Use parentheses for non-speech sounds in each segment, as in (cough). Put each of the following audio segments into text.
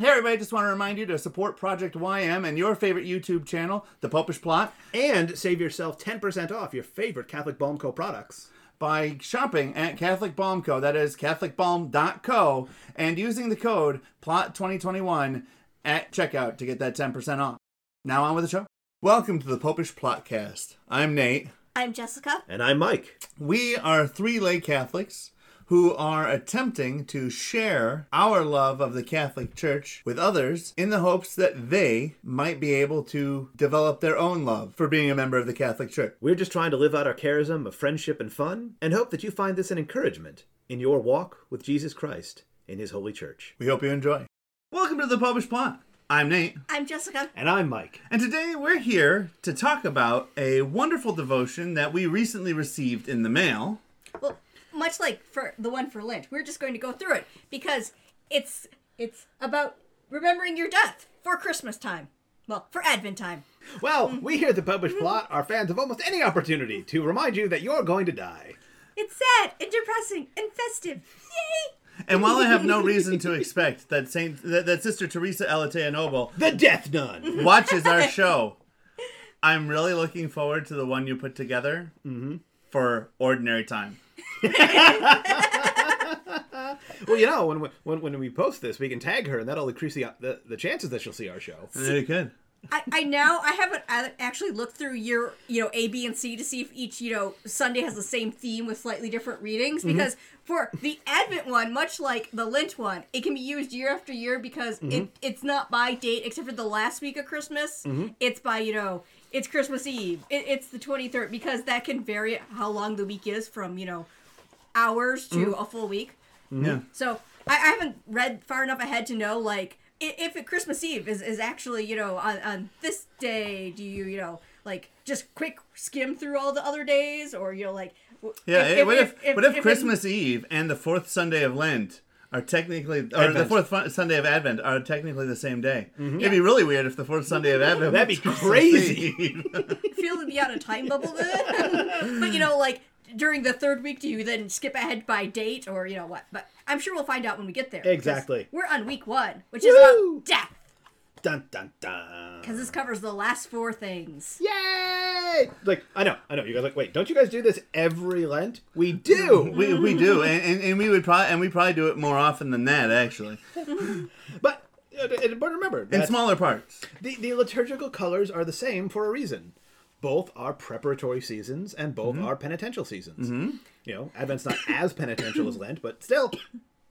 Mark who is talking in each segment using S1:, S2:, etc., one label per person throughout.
S1: Hey everybody, just want to remind you to support Project YM and your favorite YouTube channel, The Popish Plot,
S2: And save yourself 10% off your favorite Catholic Balm Co. products.
S1: by shopping at Catholic Balm Co. That is CatholicBalm.co and using the code PLOT2021 at checkout to get that 10% off. Now on with the show. Welcome to the Popish Plotcast. I'm Nate.
S3: I'm Jessica.
S2: And I'm Mike.
S1: We are three lay Catholics who are attempting to share our love of the Catholic Church with others in the hopes that they might be able to develop their own love for being a member of the Catholic Church.
S2: We're just trying to live out our charism of friendship and fun and hope that you find this an encouragement in your walk with Jesus Christ in His Holy Church.
S1: We hope you enjoy. Welcome to the Published Plot. I'm Nate,
S3: I'm Jessica.
S2: And I'm Mike.
S1: and today we're here to talk about a wonderful devotion that we recently received in the mail.
S3: Well, much like for the one for Lent, we're just going to go through it because it's it's about remembering your death for Christmas time. Well, for Advent time.
S4: Well, we here at the Published Plot are fans of almost any opportunity to remind you that you're going to die.
S3: It's sad and depressing and festive. Yay!
S1: And while I have no reason to expect that Saint that, that Sister Teresa Elatea Noble
S4: The Death Nun!
S1: watches our show. I'm really looking forward to the one you put together
S4: Mm-hmm.
S1: for ordinary time.
S4: (laughs) Well, you know, when we, when, when we post this, we can tag her, and that'll increase the, the, the chances that she'll see our show.
S1: Very good.
S3: I, I now I haven't a- actually looked through your you know A B and C to see if each you know Sunday has the same theme with slightly different readings because for the Advent one, much like the Lent one, it can be used year after year because it, it's not by date except for the last week of Christmas. It's by you know it's Christmas Eve. It, it's the twenty third because that can vary how long the week is from you know hours to a full week.
S1: Mm-hmm. Yeah.
S3: So I, I haven't read far enough ahead to know like i- if it, Christmas Eve is, is actually you know on, on this day. Do you you know like just quick skim through all the other days or you know like w-
S1: Yeah. eh, what if, what if,
S3: it-
S1: Christmas Eve and the fourth Sunday of Lent are technically, or the
S4: Advent. Mm-hmm.
S1: fourth fu- Sunday of Advent are technically the same day? It'd be really weird if the fourth Sunday of Advent.
S4: That'd be
S1: was (laughs) Christmas
S4: crazy. (laughs)
S1: Eve.
S3: feeling me out a time bubble then? (laughs) but you know like during the third week do you then skip ahead by date or you know what but i'm sure we'll find out when we get there 'cause
S4: Exactly.
S3: we're on week one which
S4: Woo!
S3: is about death
S4: Dun dun dun!
S3: because this covers the last four things
S4: Yay! Like, I know, I know. You guys are like, wait, don't you guys do this every Lent? We do!
S1: we, we do, and, and, and we would probably and we probably do it more often than that actually,
S4: but, uh, d- but remember,
S1: in
S4: that
S1: smaller parts.
S4: the, the liturgical colors are the same for a reason. Both are preparatory seasons, and both are penitential seasons. You know, Advent's not as penitential as Lent, but still,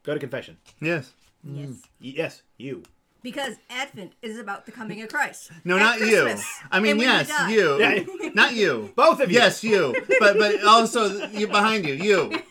S4: go to confession.
S1: Yes.
S3: yes
S4: Y- Yes, you.
S3: Because Advent is about the coming of Christ.
S1: No,
S3: At
S1: not
S3: Christmas,
S1: you. I mean,
S3: and when
S1: yes,
S3: die.
S1: you.
S4: Yeah.
S1: Not you.
S4: Both of you.
S1: Yes, you. But but also you behind you.
S4: (laughs)
S1: You.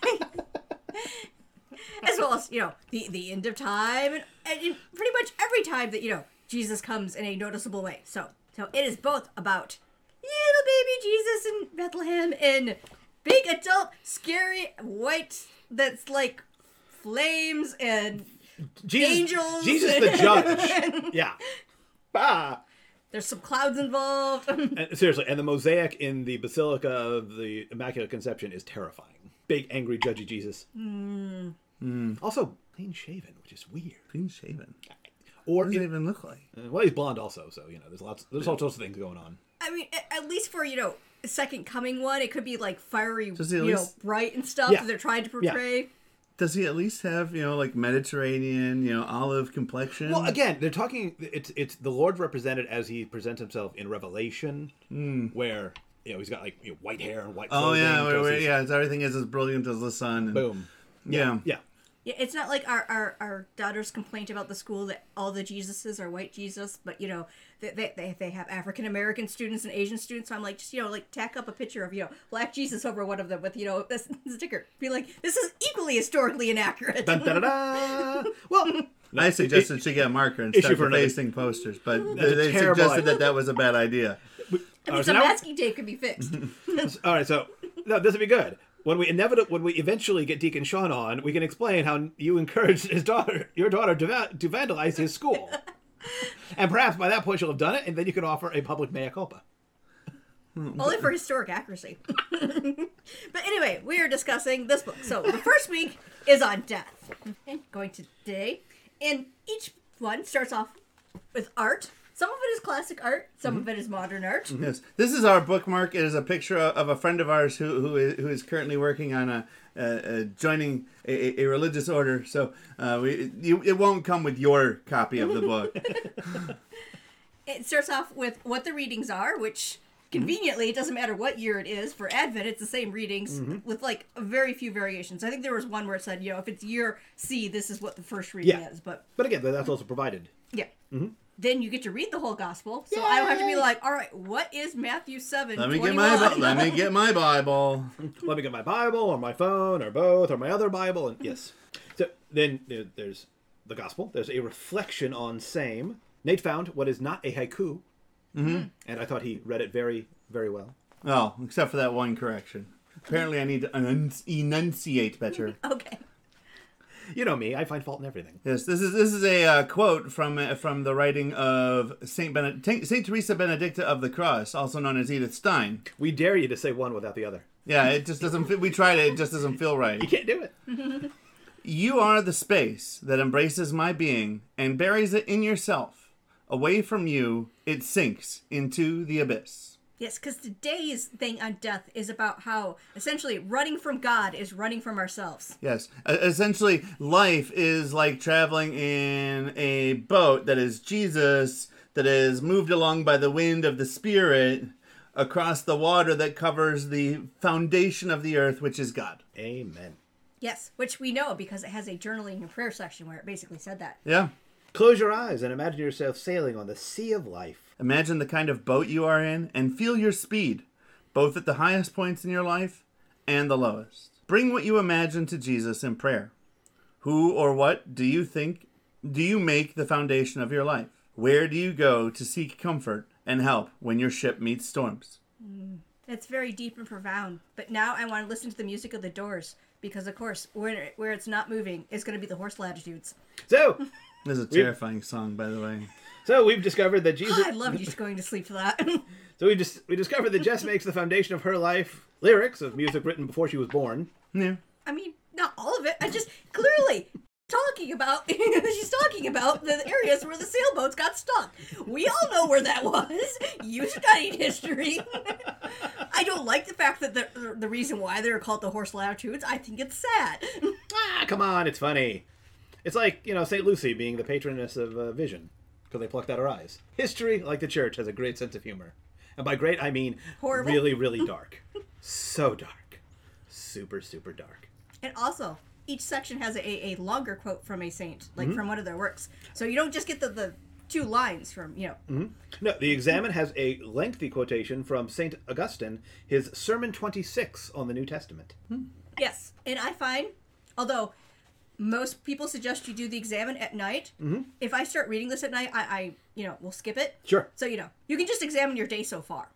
S3: As well as, you know, the, the end of time and, and in pretty much every time that, you know, Jesus comes in a noticeable way. So so it is both about little baby Jesus in Bethlehem and big adult scary white that's like flames and
S4: Jesus,
S3: Angels.
S4: Jesus the judge. yeah. Ah.
S3: there's some clouds involved. (laughs)
S4: And seriously, and the mosaic in the Basilica of the Immaculate Conception is terrifying. Big, angry, judgy Jesus. Hmm. Also, clean shaven, which is weird.
S1: Clean shaven.
S4: Or,
S1: What does it even look like?
S4: well, he's blonde also, so, you know, there's lots, there's all sorts of things going on.
S3: I mean, a- at least for you know second coming one, it could be like fiery,
S1: Does he
S3: you
S1: at
S3: know,
S1: least-
S3: bright and stuff
S4: Yeah.
S3: that they're trying to portray.
S1: Does he at least have you know like Mediterranean you know olive complexion?
S4: Well, again, they're talking. It's it's the Lord's represented as he presents himself in Revelation, where you know he's got like you know, white hair and white.
S1: Oh
S4: clothing,
S1: yeah, wait,
S4: because
S1: wait,
S4: he's-
S1: yeah. It's, everything is as brilliant as the sun. And,
S4: Boom.
S1: Yeah.
S4: Yeah.
S3: Yeah, it's not like our, our, our daughter's complaint about the school that all the Jesuses are white Jesus, but you know, they, they, they, they have African American students and Asian students. So I'm like, just, you know, like tack up a picture of, you know, black Jesus over one of them with, you know, this sticker. Be like, this is equally historically inaccurate.
S4: Dun, da, da,
S3: (laughs)
S4: da. (laughs) well,
S1: I suggested she get a marker and
S4: Issue
S1: start
S4: for another-
S1: facing posters, but they,
S4: a
S1: they
S4: terrible
S1: suggested
S4: idea.
S1: that that was a bad idea.
S4: all right, Oh, so
S3: Some
S4: now-
S3: masking tape could be fixed.
S4: all right. So no, this would be good. When we inevitably, when we eventually get Deacon Sean on, we can explain how you encouraged his daughter, your daughter, to, va- to vandalize his school, and perhaps by that point she'll have done it, and then you can offer a public mea culpa.
S3: Only for historic accuracy. (laughs) but anyway, we are discussing this book. So the first week is on death. And going to today. And each one starts off with art. Some of it is classic art, some of it is modern art.
S1: Yes, this is our bookmark. It is a picture of a friend of ours who who is, who is currently working on a, a, a joining a, a religious order. So uh, we you, it won't come with your copy of the book.
S3: It starts off with what the readings are, which conveniently it doesn't matter what year it is for Advent, it's the same readings with like very few variations. I think there was one where it said, you know, if it's year C, this is what the first reading
S4: Yeah.
S3: is, but
S4: But again, that's also provided.
S3: yeah.
S1: Mm-hmm.
S3: Then you get to read the whole gospel, so I don't have to be like, all right, what is Matthew seven?
S1: Let me get my Bi- let me get my Bible.
S4: Let me get my Bible or my phone or both or my other Bible. And yes. So then there- there's the gospel. There's a reflection on same. Nate found what is not a haiku. Mm-hmm. And I thought he read it very, very well.
S1: Oh, except for that one correction. Apparently, I need to enun- enunciate better.
S3: (laughs) okay.
S4: You know me, I find fault in everything.
S1: Yes, this is this is a uh, quote from uh, from the writing of Saint Bene- Saint Teresa Benedicta of the Cross, also known as Edith Stein.
S4: We dare you to say one without the other.
S1: Yeah, it just doesn't. fit. We tried it; it just doesn't feel right.
S4: You can't do it.
S1: You are the space that embraces my being and buries it in yourself. Away from you, it sinks into the abyss.
S3: Yes, because today's thing on death is about how essentially running from God is running from ourselves.
S1: Yes, e- essentially, life is like traveling in a boat that is Jesus, that is moved along by the wind of the Spirit across the water that covers the foundation of the earth, which is God.
S4: Amen.
S3: Yes, which we know because it has a journaling and prayer section where it basically said that.
S1: Yeah.
S4: Close your eyes and imagine yourself sailing on the sea of life.
S1: Imagine the kind of boat you are in and feel your speed, both at the highest points in your life and the lowest. Bring what you imagine to Jesus in prayer. Who or what do you think do you make the foundation of your life? Where do you go to seek comfort and help when your ship meets storms?
S3: That's very deep and profound. But now I want to listen to the music of the doors because, of course, where, where it's not moving, it's going to be the horse latitudes.
S4: So,
S1: This is a terrifying song, by the way.
S4: so we've discovered that Jesus.
S3: I love just going to sleep for that. (laughs)
S4: So we just we discovered that Jess makes the foundation of her life lyrics of music written before she was born.
S1: Yeah.
S3: I mean, not all of it. I just clearly talking about (laughs) she's talking about the areas where the sailboats got stuck. We all know where that was. You studied history. (laughs) I don't like the fact that the the reason why they're called the horse latitudes. I think it's sad. (laughs)
S4: Ah, come on, it's funny. It's like you know Saint Lucy being the patroness of uh, vision because they plucked out her eyes. History, like the church, has a great sense of humor, and by great I mean
S3: Horrible.
S4: really, really dark, so dark, super, super dark.
S3: And also, each section has a, a longer quote from a saint, like from one of their works. So you don't just get the, the two lines from you know.
S4: No, the Examen has a lengthy quotation from Saint Augustine, his Sermon Twenty Six on the New Testament.
S3: Yes, and I find, although most people suggest you do the examine at night, if I start reading this at night, I, I, you know, will skip it.
S4: Mm-hmm. Sure.
S3: So you know, you can just examine your day so far.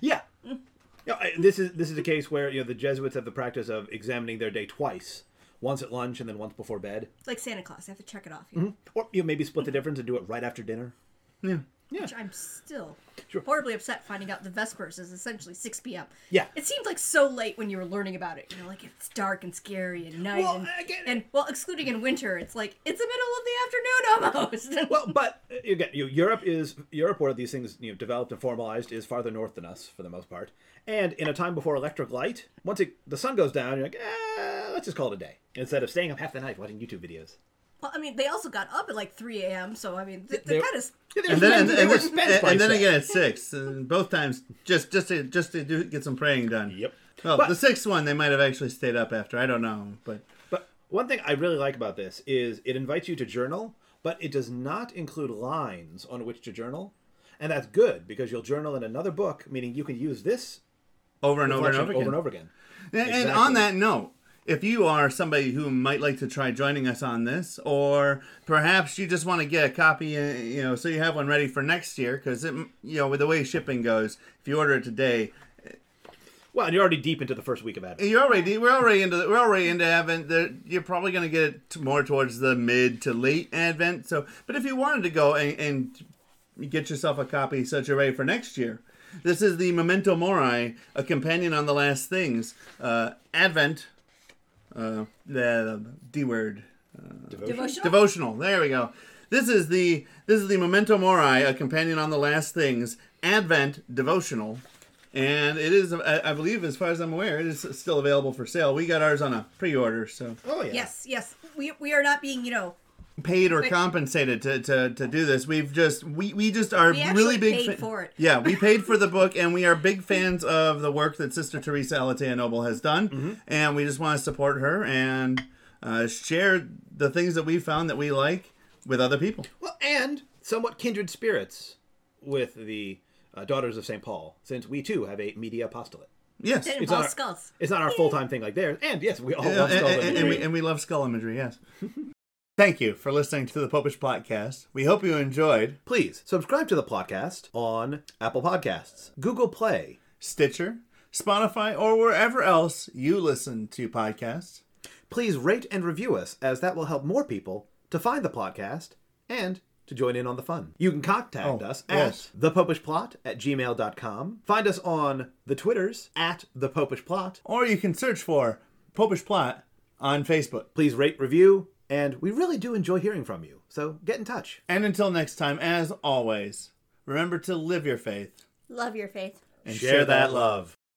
S4: Yeah. No, I- this is this is a case where you know the Jesuits have the practice of examining their day twice, once at lunch and then once before bed,
S3: It's like Santa Claus, I have to check it off. You know,
S4: or you know, maybe split the difference and do it right after dinner.
S1: Yeah.
S3: Which I'm still
S4: Sure.
S3: horribly upset finding out the Vespers is essentially 6 p.m.
S4: Yeah.
S3: It seemed like so late when you were learning about it. You know, like it's dark and scary and night.
S4: Well,
S3: and,
S4: I get it.
S3: and well, excluding in winter, it's like it's the middle of the afternoon almost. (laughs)
S4: Well, but uh, again, you know, Europe is Europe where these things you know developed and formalized is farther north than us for the most part, and in a time before electric light, once it, the sun goes down, you're like, eh, let's just call it a day instead of staying up half the night watching YouTube videos.
S3: Well, I mean, they also got up at like 3 a.m., so I mean, th-
S4: They-
S3: they're kind of
S4: Yeah, they
S1: And
S4: were
S1: then, and,
S4: spent-
S1: and,
S4: they were
S1: and,
S4: spent by
S1: then
S4: seven.
S1: again at six, and both times just just to just to do, get some praying done.
S4: Yep.
S1: Well,
S4: But-
S1: the sixth one they might have actually stayed up after. I don't know, but
S4: But one thing I really like about this is it invites you to journal, but it does not include lines on which to journal. And that's good because you'll journal in another book, meaning you can use this
S1: over and over and
S4: collection
S1: over again.
S4: and over again.
S1: And, and
S4: Exactly.
S1: on that note, if you are somebody who might like to try joining us on this, or perhaps you just want to get a copy, uh, you know, so you have one ready for next year, because it, you know, with the way shipping goes, if you order it today,
S4: Well, and you're already deep into the first week of Advent.
S1: you're already we're already into we're already into Advent. There- You're probably going to get it t- more towards the mid to late Advent. So, but if you wanted to go and, and get yourself a copy, so that you're ready for next year. This is the Memento Mori, a companion on the last things, uh, Advent, uh, the D word
S4: Devotion.
S3: devotional.
S1: devotional. There we go. This is the this is the Memento Mori, a companion on the last things, Advent devotional, and it is I I believe as far as I'm aware, it is still available for sale. We got ours on a pre-order, so
S4: Oh yeah.
S3: Yes, yes. We, we are not being, you know,
S1: paid or compensated to, to, to do this. We've just we, we just are
S3: We actually
S1: really big
S3: paid
S1: fa-
S3: for it.
S1: Yeah,
S3: (laughs)
S1: we paid for the book and we are big fans of the work that Sister Teresa Alatea Noble has done
S3: Mm-hmm.
S1: and we just want to support her and uh, share the things that we found that we like with other people.
S4: Well, and somewhat kindred spirits with the uh, daughters of St. Paul, since we too have a media apostolate.
S1: Yes.
S3: that
S1: And,
S3: involves
S4: our-
S3: skulls.
S4: It's not our full time thing like theirs. And yes, we all love
S1: and-
S4: Skull
S1: and- and we, and we love skull imagery, yes. (laughs) Thank you for listening to the Popish Podcast. We hope you enjoyed
S4: Please subscribe to the podcast on Apple Podcasts, Google Play,
S1: Stitcher, Spotify, or wherever else you listen to podcasts.
S4: please rate and review us as that will help more people to find the podcast and to join in on the fun. You can contact
S1: Oh,
S4: us
S1: yes.
S4: at thepopishplot at gmail.com. Find us on the Twitters at thepopishplot.
S1: or you can search for Popish Plot on Facebook.
S4: Please rate, review, and we really do enjoy hearing from you. So get in touch.
S1: And until next time, as always, remember to live your faith
S3: Love your faith.
S1: and
S4: Share that love.